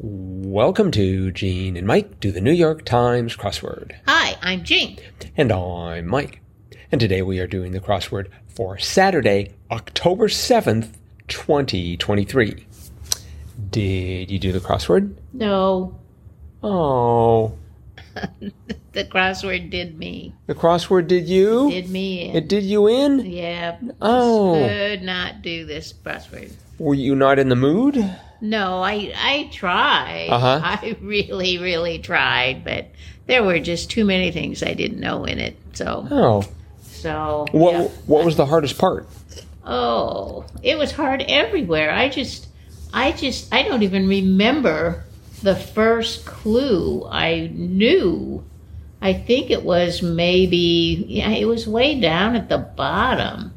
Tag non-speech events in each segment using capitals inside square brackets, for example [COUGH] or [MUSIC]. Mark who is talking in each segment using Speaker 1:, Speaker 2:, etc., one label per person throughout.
Speaker 1: Welcome to Gene and Mike do the New York Times crossword.
Speaker 2: Hi, I'm Jean.
Speaker 1: And I'm Mike. And today we are doing the crossword for Saturday, October 7th, 2023. Did you do the crossword?
Speaker 2: No,
Speaker 1: Oh,
Speaker 2: [LAUGHS] the crossword did me.
Speaker 1: the crossword did you?
Speaker 2: Did me in.
Speaker 1: it did you in?
Speaker 2: yeah.
Speaker 1: Oh.
Speaker 2: Could not do this crossword.
Speaker 1: Were you not in the mood?
Speaker 2: No, I I tried.
Speaker 1: Uh-huh.
Speaker 2: [LAUGHS] I really, really tried, but there were just too many things I didn't know in it. So
Speaker 1: Oh,
Speaker 2: so
Speaker 1: what
Speaker 2: yeah.
Speaker 1: what was the hardest part?
Speaker 2: Oh, it was hard everywhere. I just, I just, I don't even remember the first clue I knew. I think it was maybe, yeah, it was way down at the bottom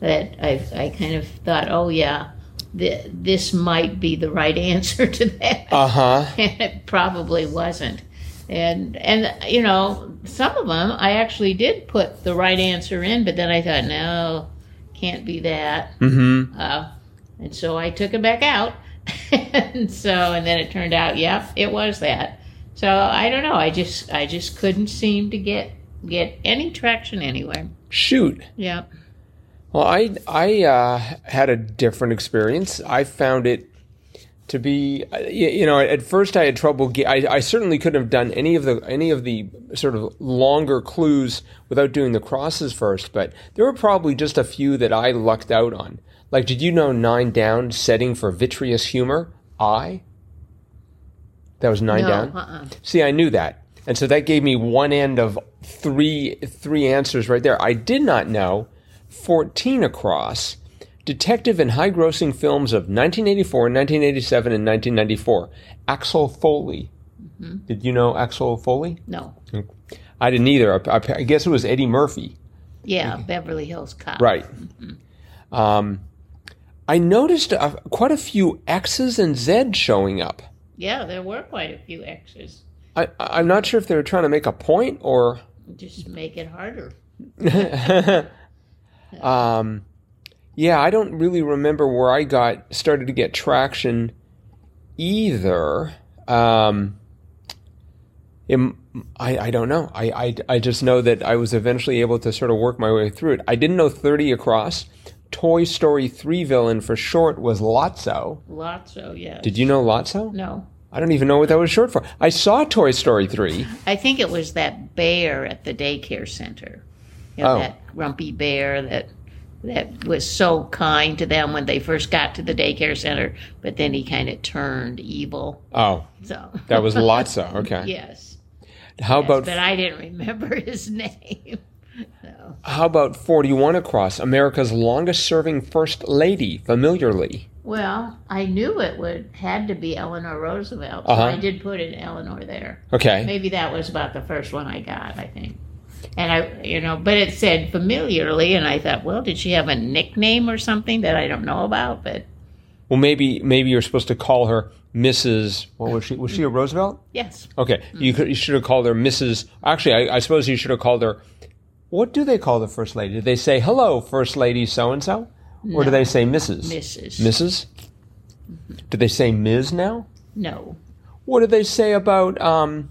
Speaker 2: that I, I kind of thought, oh yeah, th- this might be the right [LAUGHS] answer to that
Speaker 1: Uh huh.
Speaker 2: and [LAUGHS] it probably wasn't. And and you know, some of them I actually did put the right answer in, but then I thought, no, can't be that.
Speaker 1: Mm
Speaker 2: Uh, and so I took it back out. [LAUGHS] and so and then it turned out, yep, it was that. So I don't know. I just I just couldn't seem to get get any traction anywhere.
Speaker 1: hmm. Shoot.
Speaker 2: Yep.
Speaker 1: Well, I I uh, had a different experience. I found it to be, uh, y- you know, at first I had trouble. Ge- I, I certainly couldn't have done any of the any of the sort of longer clues without doing the crosses first. But there were probably just a few that I lucked out on. Like, did you know nine down setting for vitreous humor? I. That was nine
Speaker 2: no,
Speaker 1: down.
Speaker 2: uh-uh.
Speaker 1: See, I knew that. And so that gave me one end of three three answers right there. I did not know 14 across detective in high grossing films of 1984, 1987 and 1994. Axel Foley. Did you know Axel Foley?
Speaker 2: No.
Speaker 1: I didn't either. I, I- I guess it was Eddie Murphy.
Speaker 2: Yeah, Beverly Hills Cop.
Speaker 1: Right. Um, I noticed uh quite a few X's and Z's showing up.
Speaker 2: Yeah, there were quite a few X's.
Speaker 1: I, I- I'm not sure if they were trying to make a point or
Speaker 2: Just make it harder.
Speaker 1: [LAUGHS] um, yeah, I don't really remember where I got started to get traction either. Um, it- I, I don't know. I, I, I just know that I was eventually able to sort of work my way through it. I didn't know 30 across. Toy Story 3 villain for short was Lotso.
Speaker 2: Lots of yeah.
Speaker 1: Did you know Lotso?
Speaker 2: No.
Speaker 1: I don't even know what that was short for. I saw Toy Story 3.
Speaker 2: I think it was that bear at the daycare center. You
Speaker 1: Oh.
Speaker 2: know, That grumpy bear that that was so kind to them when they first got to the daycare center, but then he kind of turned evil.
Speaker 1: Oh,
Speaker 2: So [LAUGHS]
Speaker 1: that was Lotso. Okay.
Speaker 2: yes,
Speaker 1: How
Speaker 2: yes,
Speaker 1: about
Speaker 2: but I didn't remember [LAUGHS] his name. So,
Speaker 1: How about 41 across, America's longest serving First Lady, familiarly?
Speaker 2: well, I knew it would had to be Eleanor Roosevelt.
Speaker 1: Uh-huh.
Speaker 2: So I did put in Eleanor there.
Speaker 1: Okay.
Speaker 2: Maybe that was about the first one I got, I think. And I, you know, but it said familiarly, and I thought, well, did she have a nickname or something that I don't know about? But
Speaker 1: Well, maybe maybe you're supposed to call her Mrs. What was she? Was she a Roosevelt?
Speaker 2: yes,
Speaker 1: Okay. You, could, you should have called her Mrs. Actually, I, I suppose you should have called her. What do they call the First Lady? Do they say, hello, First Lady so and so? Or do they say Mrs.?
Speaker 2: Mrs.
Speaker 1: Mrs.?
Speaker 2: Mm-hmm.
Speaker 1: Do they say Ms. now?
Speaker 2: no,
Speaker 1: What do they say about um,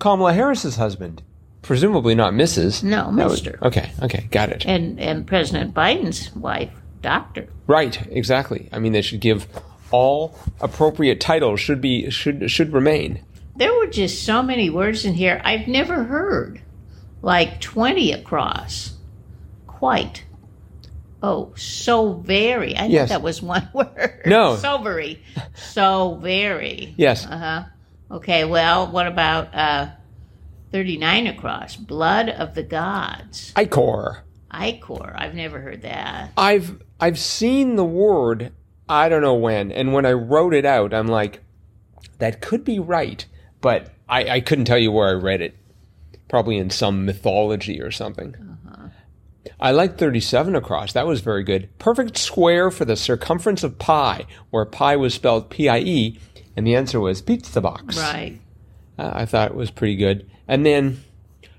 Speaker 1: Kamala Harris's husband? Presumably not Mrs.
Speaker 2: no,
Speaker 1: That was-
Speaker 2: Mister,
Speaker 1: Okay, okay, got it.
Speaker 2: and and President Biden's wife, Doctor.
Speaker 1: Right, exactly. I mean, they should give all appropriate titles should be should should remain.
Speaker 2: There were just so many words in here I've never heard, like twenty across, quite. Oh, so very. I
Speaker 1: Yes.
Speaker 2: thought that was one [LAUGHS] word.
Speaker 1: No.
Speaker 2: so very, so very.
Speaker 1: Yes.
Speaker 2: Uh huh. Okay. Well, what about uh, thirty-nine across? Blood of the gods.
Speaker 1: Icor.
Speaker 2: Icor. I've never heard that.
Speaker 1: I've I've seen the word I don't know when, and when I wrote it out, I'm like, that could be right, but I, I couldn't tell you where I read it. Probably in some mythology or something. I like 37 across. That was very good. Perfect square for the circumference of pi, where pi was spelled P I E, and the answer was pizza box.
Speaker 2: Right.
Speaker 1: Uh, I thought it was pretty good. And then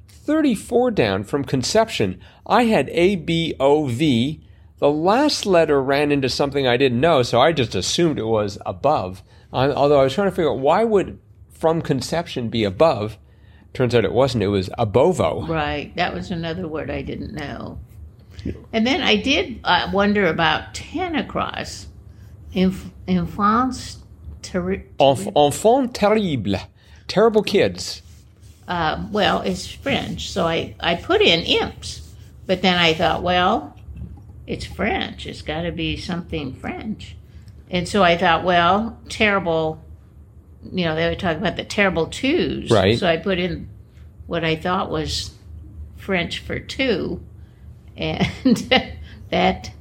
Speaker 1: 34 down from conception, I had A B O V. The last letter ran into something I didn't know, so I just assumed it was above, Uh, although I was trying to figure out why would from conception be above. Turns out it wasn't. It was abovo.
Speaker 2: Right. That was another word I didn't know. And then I did uh, wonder about Tanacross. Inf- Enfance terri-
Speaker 1: Enf- enfant terrible, terrible kids.
Speaker 2: uh, well, it's French, so I, I put in imps. But then I thought, well, it's French. It's got to be something French. And so I thought, well, terrible, you know, they were talking about the terrible twos.
Speaker 1: Right.
Speaker 2: So I put in what I thought was French for two. And [LAUGHS] that,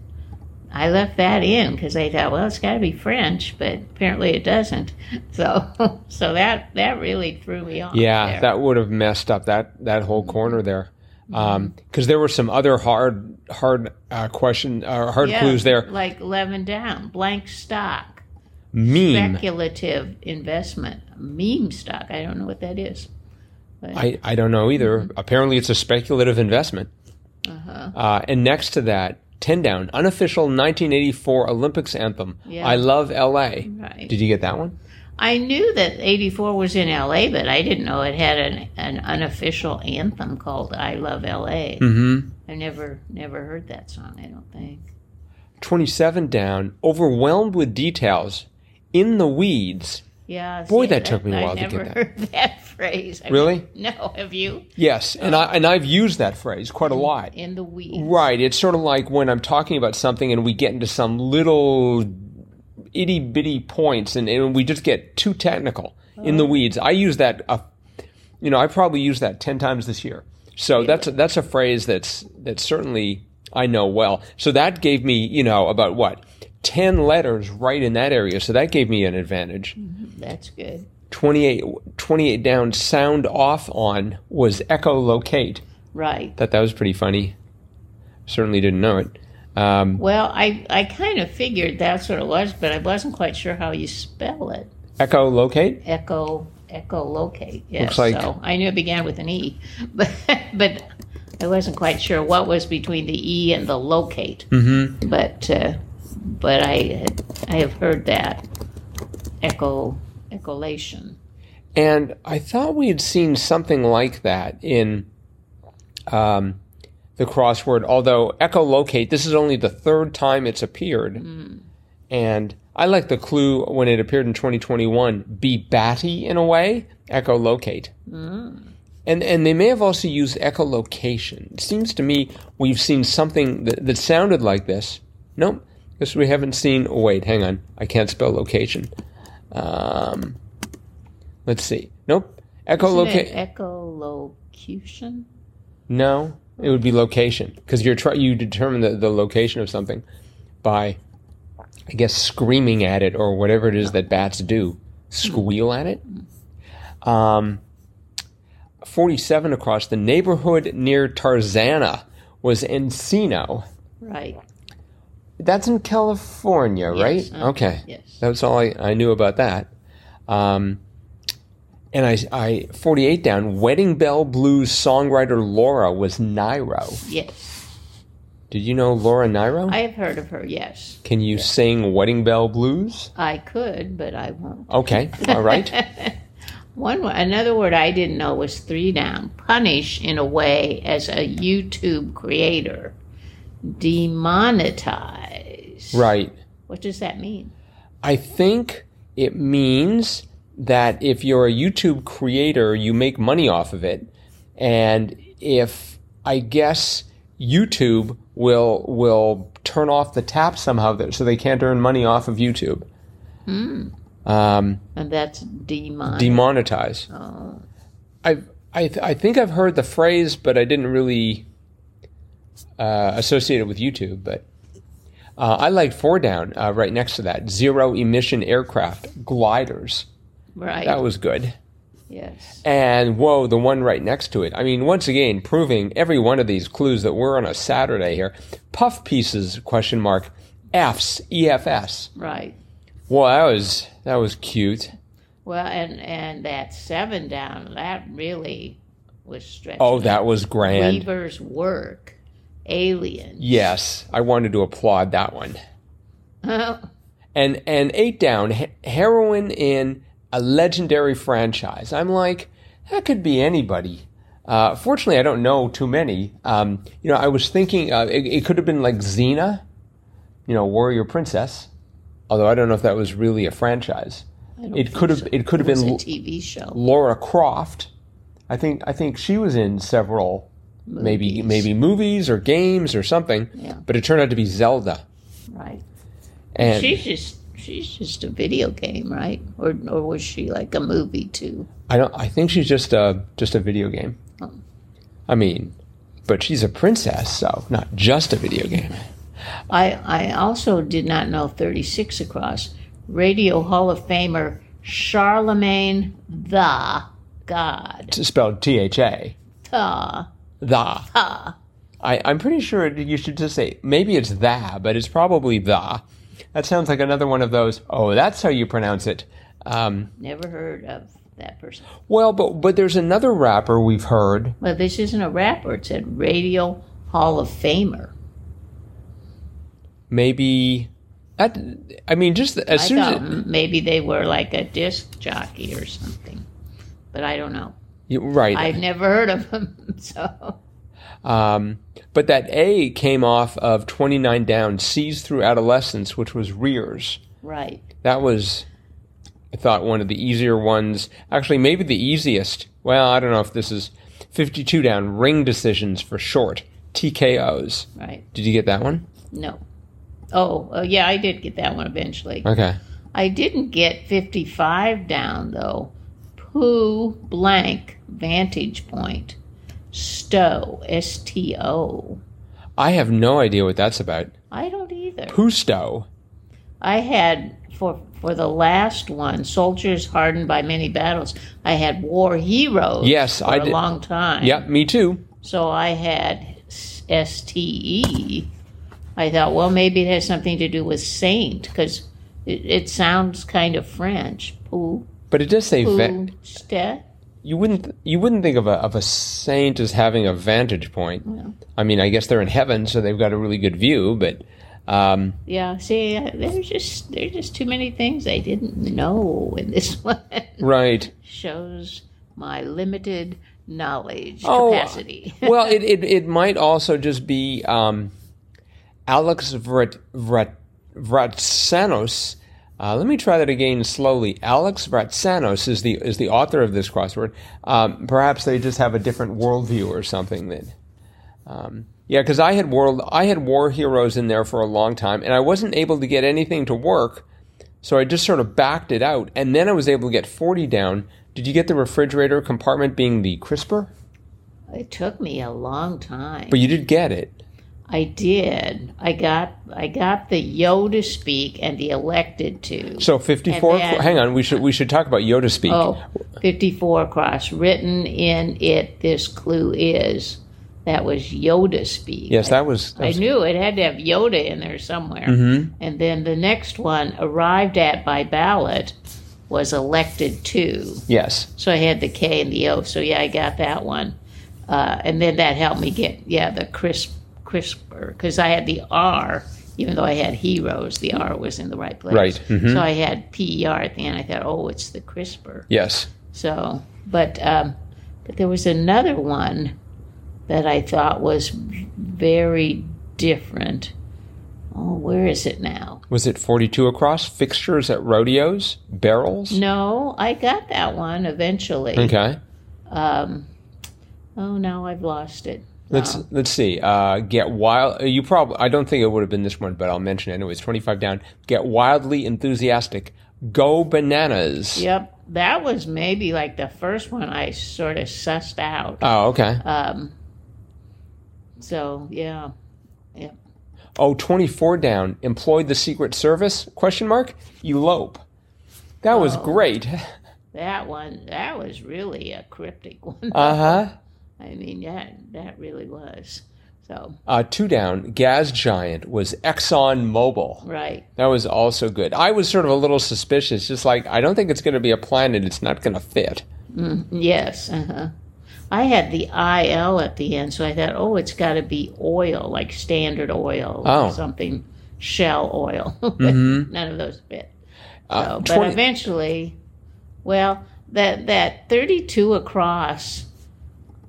Speaker 2: I left that in because I thought, well, it's got to be French, but apparently it doesn't. [LAUGHS] So, so that, that really threw me off.
Speaker 1: Yeah,
Speaker 2: there.
Speaker 1: that would have messed up that that whole corner there. Because there were some other hard hard uh, question uh, hard
Speaker 2: Yeah,
Speaker 1: clues there.
Speaker 2: Like eleven down, blank stock,
Speaker 1: Meme.
Speaker 2: speculative investment, meme stock. I don't know what that is.
Speaker 1: I, I don't know either. Apparently, it's a speculative investment.
Speaker 2: Mm-hmm. Uh-huh.
Speaker 1: Uh, and next to that, ten down, unofficial 1984 Olympics anthem.
Speaker 2: Yeah.
Speaker 1: I love L.A.
Speaker 2: Right.
Speaker 1: Did you get that one?
Speaker 2: I knew that '84 was in L.A., but I didn't know it had an, an unofficial anthem called "I Love L.A."
Speaker 1: Mm-hmm.
Speaker 2: I never never heard that song. I don't think.
Speaker 1: Twenty-seven down, overwhelmed with details, in the weeds.
Speaker 2: Yeah.
Speaker 1: Boy,
Speaker 2: see,
Speaker 1: that took me a while
Speaker 2: I
Speaker 1: to get
Speaker 2: never
Speaker 1: that.
Speaker 2: heard [LAUGHS] that phrase. I
Speaker 1: Really?
Speaker 2: [LAUGHS] no. Have you?
Speaker 1: Yes, and
Speaker 2: Uh-huh.
Speaker 1: I and I've used that phrase quite a
Speaker 2: Mm-hmm.
Speaker 1: lot.
Speaker 2: In the weeds.
Speaker 1: Right. It's sort of like when I'm talking about something and we get into some little itty bitty points and, and we just get too technical in the weeds. I use that, uh, you know, I probably use that 10 times this year. So that's, a, that's a phrase that's, that's certainly I know well. So that gave me, you know, about what? 10 letters right in that area. So that gave me an advantage.
Speaker 2: That's good.
Speaker 1: 28, 28 down, sound off on was echolocate.
Speaker 2: Right.
Speaker 1: Thought that was pretty funny. Certainly didn't know it. Um,
Speaker 2: Well, I, I kind of figured that's what it was, but I wasn't quite sure how you spell it.
Speaker 1: echo locate.
Speaker 2: Echo, echolocate. Yes,
Speaker 1: Looks like-
Speaker 2: so I knew it began with an E, [LAUGHS] but but I wasn't quite sure what was between the E and the locate. Mm-hmm. But uh, but I had, I have heard that echo echolation.
Speaker 1: And I thought we had seen something like that in um, the crossword, although echolocate, this is only the third time it's appeared.
Speaker 2: Hmm.
Speaker 1: And I like the clue when it appeared in 2021 be batty in a way, echolocate.
Speaker 2: Hmm.
Speaker 1: And, and they may have also used echolocation. It seems to me we've seen something that, that sounded like this. Nope, guess we haven't seen. Oh, wait, hang on. I can't spell location. Um, let's see. Nope.
Speaker 2: Isn't it
Speaker 1: Echolocate.
Speaker 2: echolocution.
Speaker 1: No, it would be location because you're try- you determine the, the location of something by, I guess, screaming at it or whatever it is that bats do, squeal at it. Um, Forty-seven across the neighborhood near Tarzana was Encino.
Speaker 2: Right.
Speaker 1: That's in California, right?
Speaker 2: Yes, uh-huh,
Speaker 1: Okay.
Speaker 2: yes.
Speaker 1: That's all I, I knew about that. Um, and I, I, 48 down, Wedding Bell Blues songwriter Laura was Nairo.
Speaker 2: Yes,
Speaker 1: Did you know Laura Nairo?
Speaker 2: I have heard of her. Yes,
Speaker 1: Can you sing Wedding Bell Blues?
Speaker 2: I could, but I won't.
Speaker 1: Okay, all right.
Speaker 2: One wo- another word I didn't know was three down. Punish in a way as a YouTube creator. Demonetize.
Speaker 1: right.
Speaker 2: What does that mean?
Speaker 1: I think it means that if you're a YouTube creator, you make money off of it, and if I guess YouTube will will turn off the tap somehow, that, so they can't earn money off of YouTube. Um,
Speaker 2: And that's demon.
Speaker 1: demonetize.
Speaker 2: oh,
Speaker 1: I've, I, th- I think I've heard the phrase, but I didn't really uh, associate it with YouTube. But uh, I like four down uh, right next to that zero emission aircraft gliders.
Speaker 2: right.
Speaker 1: That was good.
Speaker 2: yes.
Speaker 1: And whoa, the one right next to it. I mean, once again, proving every one of these clues that we're on a Saturday here. Puff pieces? Question mark. F's E F S.
Speaker 2: Right.
Speaker 1: Well, that was that was cute.
Speaker 2: Well, and and that seven down. That really was stretching.
Speaker 1: Oh, that was grand.
Speaker 2: Weaver's work. Alien. [LAUGHS]
Speaker 1: Yes, I wanted to applaud that one. and and eight down he- heroin in a legendary franchise i'm like that could be anybody uh, fortunately i don't know too many um, you know i was thinking uh, it, it could have been like xena you know warrior princess although i don't know if that was really a franchise it could have it could have
Speaker 2: It's a
Speaker 1: been
Speaker 2: TV show.
Speaker 1: Laura Croft. I think I think she was in several maybe
Speaker 2: Movies.
Speaker 1: maybe movies or games or something.
Speaker 2: Yeah.
Speaker 1: But it turned out to be Zelda.
Speaker 2: Right.
Speaker 1: And
Speaker 2: she's just she's just a video game, right? Or or was she like a movie too?
Speaker 1: I don't I think she's just a just a video game.
Speaker 2: Oh.
Speaker 1: I mean, but she's a princess, so not just a video game.
Speaker 2: I I also did not know 36 across. Radio Hall of Famer Charlemagne the God.
Speaker 1: It's spelled T H A.
Speaker 2: The
Speaker 1: The. I, I'm pretty sure it- you should just say maybe it's tha, but it's probably the. That sounds like another one of those. Oh, that's how you pronounce it. Um,
Speaker 2: never heard of that person.
Speaker 1: Well, but but there's another rapper we've heard.
Speaker 2: Well, this isn't a rapper. It said Radio Hall of Famer.
Speaker 1: Maybe that I mean, just as
Speaker 2: I
Speaker 1: soon
Speaker 2: thought
Speaker 1: as
Speaker 2: m- maybe they were like a disc jockey or something, but I don't know.
Speaker 1: you- right,
Speaker 2: I've never heard of them, [LAUGHS] so
Speaker 1: um, but that A came off of 29 Down, Seized Through Adolescence, which was Rears.
Speaker 2: right.
Speaker 1: That was, I thought, one of the easier ones. Actually, maybe the easiest. Well, I don't know if this is 52 Down, Ring Decisions for short, TKOs.
Speaker 2: Right.
Speaker 1: Did you get that one?
Speaker 2: No. Oh, uh, yeah, I did get that one eventually.
Speaker 1: Okay.
Speaker 2: I didn't get 55 down, though. Pooh blank vantage point. Stow, S T O.
Speaker 1: I have no idea what that's about.
Speaker 2: I don't either.
Speaker 1: Pusto.
Speaker 2: I had for for the last one, soldiers hardened by many battles. I had war heroes.
Speaker 1: Yes,
Speaker 2: for
Speaker 1: I
Speaker 2: a
Speaker 1: did-
Speaker 2: long time.
Speaker 1: Yep, me too.
Speaker 2: So I had S T E. I thought, well, maybe it has something to do with saint because it, it sounds kind of French. Pooh,
Speaker 1: But it does say va-
Speaker 2: pooh, ste.
Speaker 1: you wouldn't you wouldn't think of a of a saint as having a vantage point. I mean, I guess they're in heaven, so they've got a really good view. But um,
Speaker 2: Yeah, see, I- there's just there's just too many things I didn't know in this [LAUGHS] one.
Speaker 1: right,
Speaker 2: Shows my limited knowledge
Speaker 1: Oh,
Speaker 2: capacity.
Speaker 1: well, it, it it might also just be um, Alex Vrat, Vrat, Vratsanos. Uh, let me try that again slowly. Alex Vratsanos is the is the author of this crossword. Um, perhaps they just have a different worldview or something. That um, yeah, because I had world I had war heroes in there for a long time, and I wasn't able to get anything to work, so I just sort of backed it out, and then I was able to get forty down. Did you get the refrigerator compartment being the crisper?
Speaker 2: it took me a long time.
Speaker 1: But you did get it.
Speaker 2: I did. I got I got the yo to speak and the elected to.
Speaker 1: So 54
Speaker 2: And then-
Speaker 1: hang on, we should we should talk about Yoda speak.
Speaker 2: Oh, 54 across. Written in it, this clue is. That was Yoda speak.
Speaker 1: yes, that was, that
Speaker 2: I
Speaker 1: was- Mm-hmm.
Speaker 2: knew it had to have Yoda in there somewhere. And then the next one, arrived at by ballot, was elected to.
Speaker 1: yes.
Speaker 2: So I had the K and the O. So yeah, I got that one. Uh, and then that helped me get, yeah, the crisp, crisper, because I had the R, even though I had heroes, the R was in the right place.
Speaker 1: Right, mhm.
Speaker 2: So I had PER at the end. I thought, oh, it's the crisper.
Speaker 1: Yes.
Speaker 2: So, but um, but there was another one that I thought was very different. Oh, where is it now?
Speaker 1: Was it 42 across fixtures at rodeos, barrels?
Speaker 2: No, I got that one eventually.
Speaker 1: Okay.
Speaker 2: Um, oh, now I've lost it.
Speaker 1: Let's
Speaker 2: No.
Speaker 1: let's see. Uh, get wild. You probably. I don't think it would have been this one, but I'll mention it anyways. Twenty five down. Get wildly enthusiastic. Go bananas.
Speaker 2: Yep, that was maybe like the first one I sort of sussed out.
Speaker 1: Oh, okay.
Speaker 2: Um, so yeah,
Speaker 1: Oh, 24 down. Employed the Secret Service? Question mark. Elope. That was
Speaker 2: Whoa.
Speaker 1: great. [LAUGHS]
Speaker 2: that one that was really a cryptic [LAUGHS] one.
Speaker 1: Uh huh.
Speaker 2: I mean that that really was. So
Speaker 1: Uh, two down. Gaz Giant was Exxon Mobil.
Speaker 2: right.
Speaker 1: That was also good. I was sort of a little suspicious, just like I don't think it's going to be a planet. It's not going to fit.
Speaker 2: Yes. Uh-huh. I had the IL at the end, so I thought, oh, it's got to be oil, like standard oil
Speaker 1: Oh.
Speaker 2: or something shell oil. [LAUGHS] But
Speaker 1: Mhm.
Speaker 2: None of those fit.
Speaker 1: Uh,
Speaker 2: So, but
Speaker 1: 20
Speaker 2: eventually, well, that that 32 across,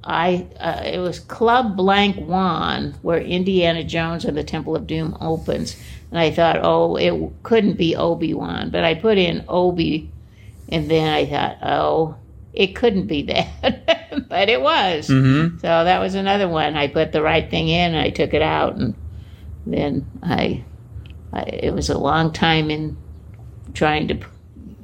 Speaker 2: I uh, it was Club Blank One where Indiana Jones and the Temple of Doom opens, and I thought, oh, it couldn't be Obi Wan, but I put in Obi, and then I thought, oh, it couldn't be [LAUGHS] that, but it was.
Speaker 1: Mhm.
Speaker 2: So that was another one. I put the right thing in, and I took it out, and then I, I it was a long time in trying to p-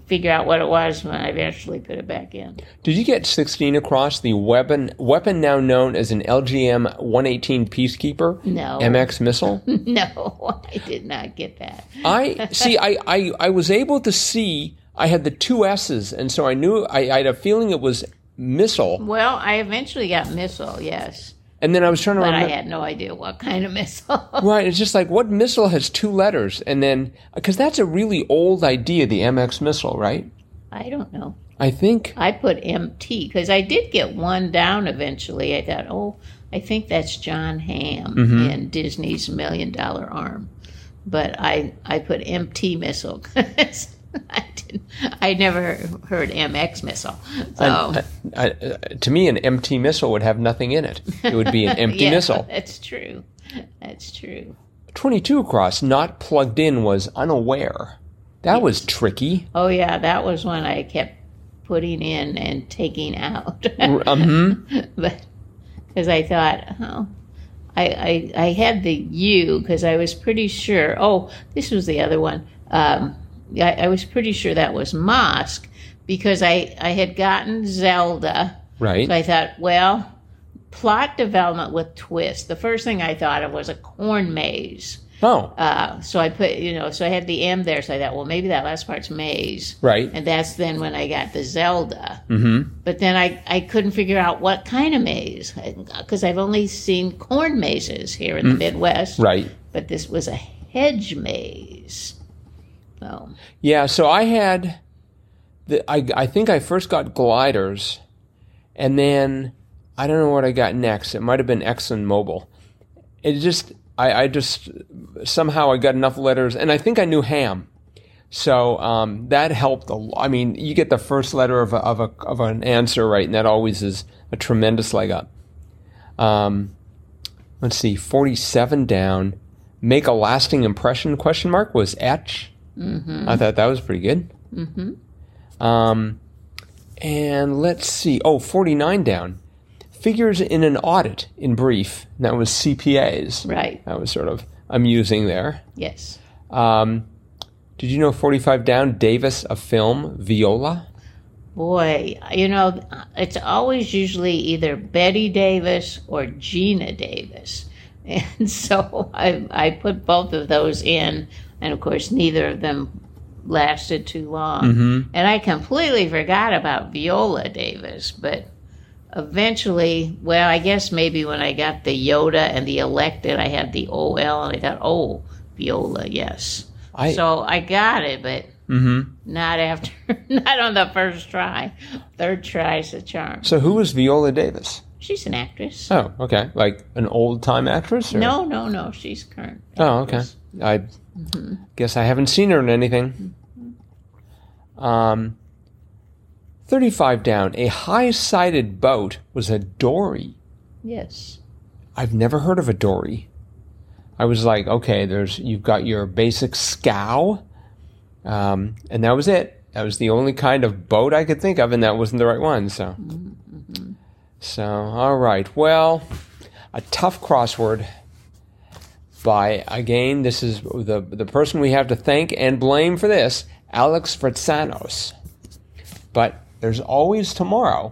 Speaker 2: figure out what it was when I eventually put it back in.
Speaker 1: Did you get 16 across the weapon weapon now known as an LGM 118 Peacekeeper
Speaker 2: No.
Speaker 1: MX missile?
Speaker 2: [LAUGHS] No, I did not get that.
Speaker 1: I see. I, I I was able to see. I had the two S's, and so I knew. I, I had a feeling it was missile,
Speaker 2: Well, I eventually got missile, yes,
Speaker 1: and then I was trying to
Speaker 2: but I
Speaker 1: remember.
Speaker 2: had no idea what kind of [LAUGHS] missile.
Speaker 1: Right, it's just like what missile has two letters, and then because that's a really old idea, the MX missile, right?
Speaker 2: I don't know.
Speaker 1: I think.
Speaker 2: I put MT because I did get one down eventually. I thought, oh, I think that's John Hamm
Speaker 1: Mm-hmm.
Speaker 2: in Disney's Million Dollar Arm, but I I put MT missile [LAUGHS] 'cause I didn't. I never heard MX missile, so.
Speaker 1: I- I- uh, to me, an empty missile would have nothing in it. It would be an empty
Speaker 2: Yeah,
Speaker 1: missile.
Speaker 2: That's true. That's true.
Speaker 1: Twenty-two across, not plugged in, was unaware. That was tricky.
Speaker 2: Oh yeah, that was one I kept putting in and taking out. [LAUGHS]
Speaker 1: Um,
Speaker 2: but because I thought, oh, I, I I had the U because I was pretty sure. Oh, this was the other one. Um, I, I was pretty sure that was mosque because I I had gotten Zelda.
Speaker 1: right.
Speaker 2: So I thought, well, plot development with twist. The first thing I thought of was a corn maze.
Speaker 1: oh,
Speaker 2: Uh, so I put, you know, so I had the M there. So I thought, well, maybe that last part's maze.
Speaker 1: right.
Speaker 2: And that's then when I got the Zelda.
Speaker 1: Mm-hmm.
Speaker 2: But then I, I couldn't figure out what kind of maze because I've only seen corn mazes here in the Midwest.
Speaker 1: Mm. Right.
Speaker 2: But this was a hedge maze. Oh, So,
Speaker 1: Yeah, so I had the I I think I first got gliders and then I don't know what I got next. It might have been ExxonMobil. It just I, I just somehow I got enough letters and I think I knew ham. So um, that helped a lot. I mean, you get the first letter of a, of a of an answer right, and that always is a tremendous leg up. Um, let's see, forty seven down. Make a lasting impression? Question mark was etch. I thought that was pretty good. Mm-hmm. Um, and let's see. Oh, 49 down. Figures in an audit, in brief. And That was CPAs.
Speaker 2: right.
Speaker 1: That was sort of amusing there.
Speaker 2: Yes.
Speaker 1: Um, did you know 45 down, Davis, a film, Viola?
Speaker 2: Boy, you know, it's always usually either Betty Davis or Gina Davis. [LAUGHS] And so I, I put both of those in, and of course, neither of them lasted too long. And I completely forgot about Viola Davis, but eventually, well, I guess maybe when I got the Yoda and the elected, I had the OL, and I thought, oh, Viola, yes.
Speaker 1: I-
Speaker 2: so I got it, but
Speaker 1: Mm-hmm.
Speaker 2: not after, [LAUGHS] not on the first try. Third try's the charm.
Speaker 1: So who was Viola Davis?
Speaker 2: She's an actress.
Speaker 1: Oh, okay. Like an old time actress? Or?
Speaker 2: No, no, no. She's current.
Speaker 1: Oh, okay.
Speaker 2: actress.
Speaker 1: I guess I haven't seen her in anything. Um, 35 down, a high sided boat was a dory.
Speaker 2: Yes.
Speaker 1: I've never heard of a dory. I was like, okay, there's you've got your basic scow, um, and that was it. That was the only kind of boat I could think of, and that wasn't the right one. So, so all right, well, a tough crossword. By again, this is the the person we have to thank and blame for this, Alex Fritzanos. But there's always tomorrow.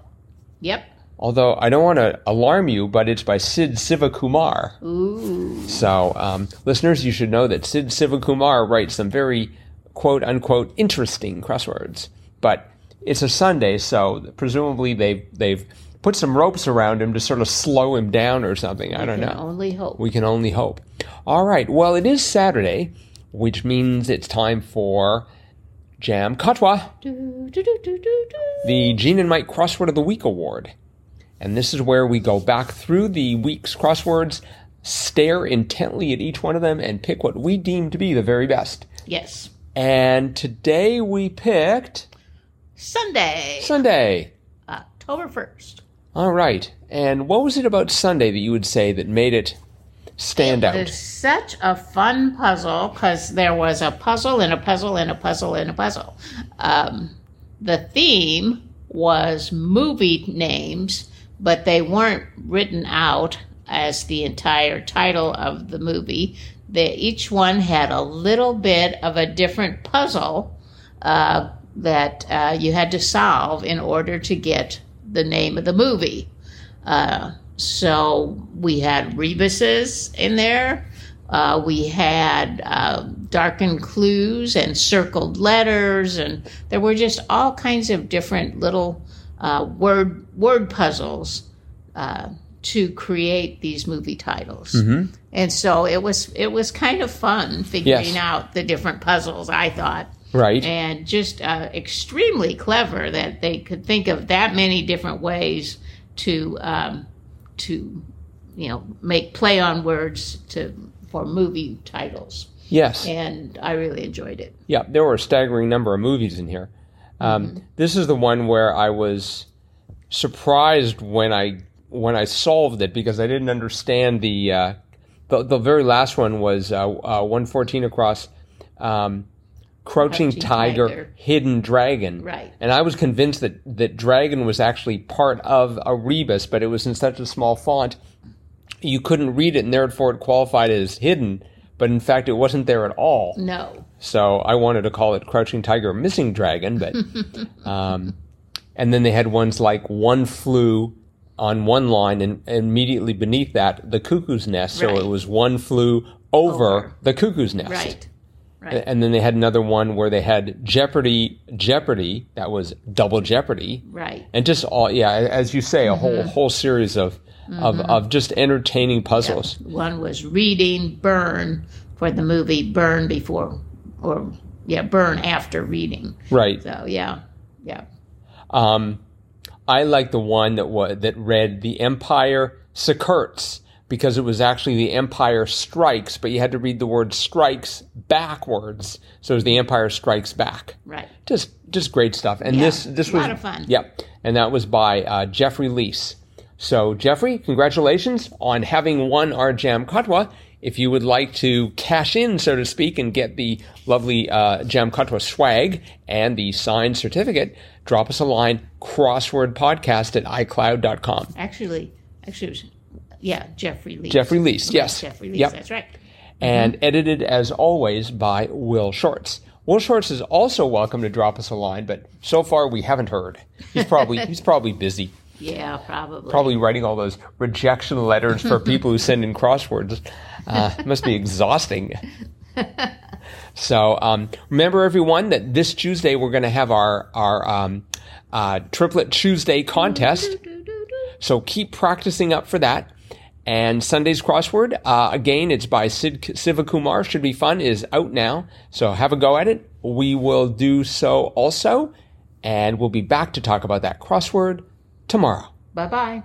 Speaker 2: Yep.
Speaker 1: Although I don't want to alarm you, but it's by Sid Sivakumar.
Speaker 2: Ooh.
Speaker 1: So, um, listeners, you should know that Sid Sivakumar writes some very quote unquote interesting crosswords. But it's a Sunday, so presumably they've, they've put some ropes around him to sort of slow him down or something. I don't
Speaker 2: Can
Speaker 1: know.
Speaker 2: only hope.
Speaker 1: We can only hope. All right. Well, it is Saturday, which means it's time for Jam Katwa
Speaker 2: Do, do, do, do, do, do.
Speaker 1: the Gene and Mike Crossword of the Week Award. And this is where we go back through the week's crosswords, stare intently at each one of them and pick what we deem to be the very best.
Speaker 2: Yes.
Speaker 1: And today we picked
Speaker 2: Sunday,
Speaker 1: Sunday.
Speaker 2: October 1st.
Speaker 1: All right. And what was it about Sunday that you would say that made it stand out?
Speaker 2: It's such a fun puzzle because there was a puzzle and a puzzle and a puzzle and a puzzle. Um, the theme was movie names, but they weren't written out as the entire title of the movie. They, each one had a little bit of a different puzzle uh, that uh, you had to solve in order to get the name of the movie. Uh, so we had Rebuses in there. Uh, we had uh, darkened clues and circled letters, and there were just all kinds of different little uh, word word puzzles uh, to create these movie titles. And so it was it was kind of fun figuring
Speaker 1: Yes.
Speaker 2: out the different puzzles. I thought
Speaker 1: Right.
Speaker 2: and just uh, extremely clever that they could think of that many different ways to um, to you know make play on words to for movie titles
Speaker 1: yes.
Speaker 2: and i really enjoyed it
Speaker 1: Yeah, there were a staggering number of movies in here. Um,
Speaker 2: Mm-hmm.
Speaker 1: This is the one where I was surprised when I when I solved it because I didn't understand the uh, the, the very last one was uh, uh, one fourteen across. Um, Crouching,
Speaker 2: Crouching
Speaker 1: tiger,
Speaker 2: Tiger.
Speaker 1: Hidden Dragon.
Speaker 2: Right.
Speaker 1: And I was convinced that, that Dragon was actually part of a rebus, but it was in such a small font you couldn't read it, and therefore it qualified as hidden. But in fact, it wasn't there at all.
Speaker 2: no
Speaker 1: So I wanted to call it Crouching Tiger, Missing Dragon,
Speaker 2: [LAUGHS]
Speaker 1: but um, and then they had ones like One Flew on one line, and immediately beneath that, the Cuckoo's Nest. So
Speaker 2: Right.
Speaker 1: it was One Flew over,
Speaker 2: Over.
Speaker 1: the Cuckoo's Nest.
Speaker 2: right
Speaker 1: A- And then they had another one where they had Jeopardy, Jeopardy. That was Double Jeopardy,
Speaker 2: right
Speaker 1: and just all yeah, as you say, a
Speaker 2: Mm-hmm.
Speaker 1: whole whole series of of of just entertaining puzzles.
Speaker 2: one was reading burn for the movie burn before or yeah burn after reading
Speaker 1: Right.
Speaker 2: so yeah yeah
Speaker 1: Um, I like the one that wa- that read "The Empire Securts" because it was actually "The Empire Strikes," but you had to read the word "strikes" backwards, so it was "The Empire Strikes Back."
Speaker 2: right
Speaker 1: Just just great stuff. And this this
Speaker 2: a lot
Speaker 1: was
Speaker 2: of fun.
Speaker 1: Yep, and that was by uh, Jeffrey Leese. So Jeffrey, congratulations on having won our Jam Katwa. If you would like to cash in, so to speak, and get the lovely uh, Jam Katwa swag and the signed certificate, drop us a line, crosswordpodcast at icloud.com.
Speaker 2: actually actually it was, yeah jeffrey lee
Speaker 1: Jeffrey Leese, yes.
Speaker 2: jeffrey lee
Speaker 1: Yep.
Speaker 2: that's right
Speaker 1: and edited as always by Will Shorts. Will Shorts is also welcome to drop us a line, but so far we haven't heard. He's probably he's probably busy,
Speaker 2: Yeah, probably.
Speaker 1: probably writing all those rejection letters for people who send in crosswords. Uh, it must be exhausting. So um, remember, everyone, that this Tuesday we're going to have our our um, uh, triplet Tuesday contest. So keep practicing up for that. And Sunday's crossword, uh, again, it's by Sid Siva Kumar. Should be fun. Is out now. So have a go at it. We will do so also, and we'll be back to talk about that crossword tomorrow.
Speaker 2: Bye bye.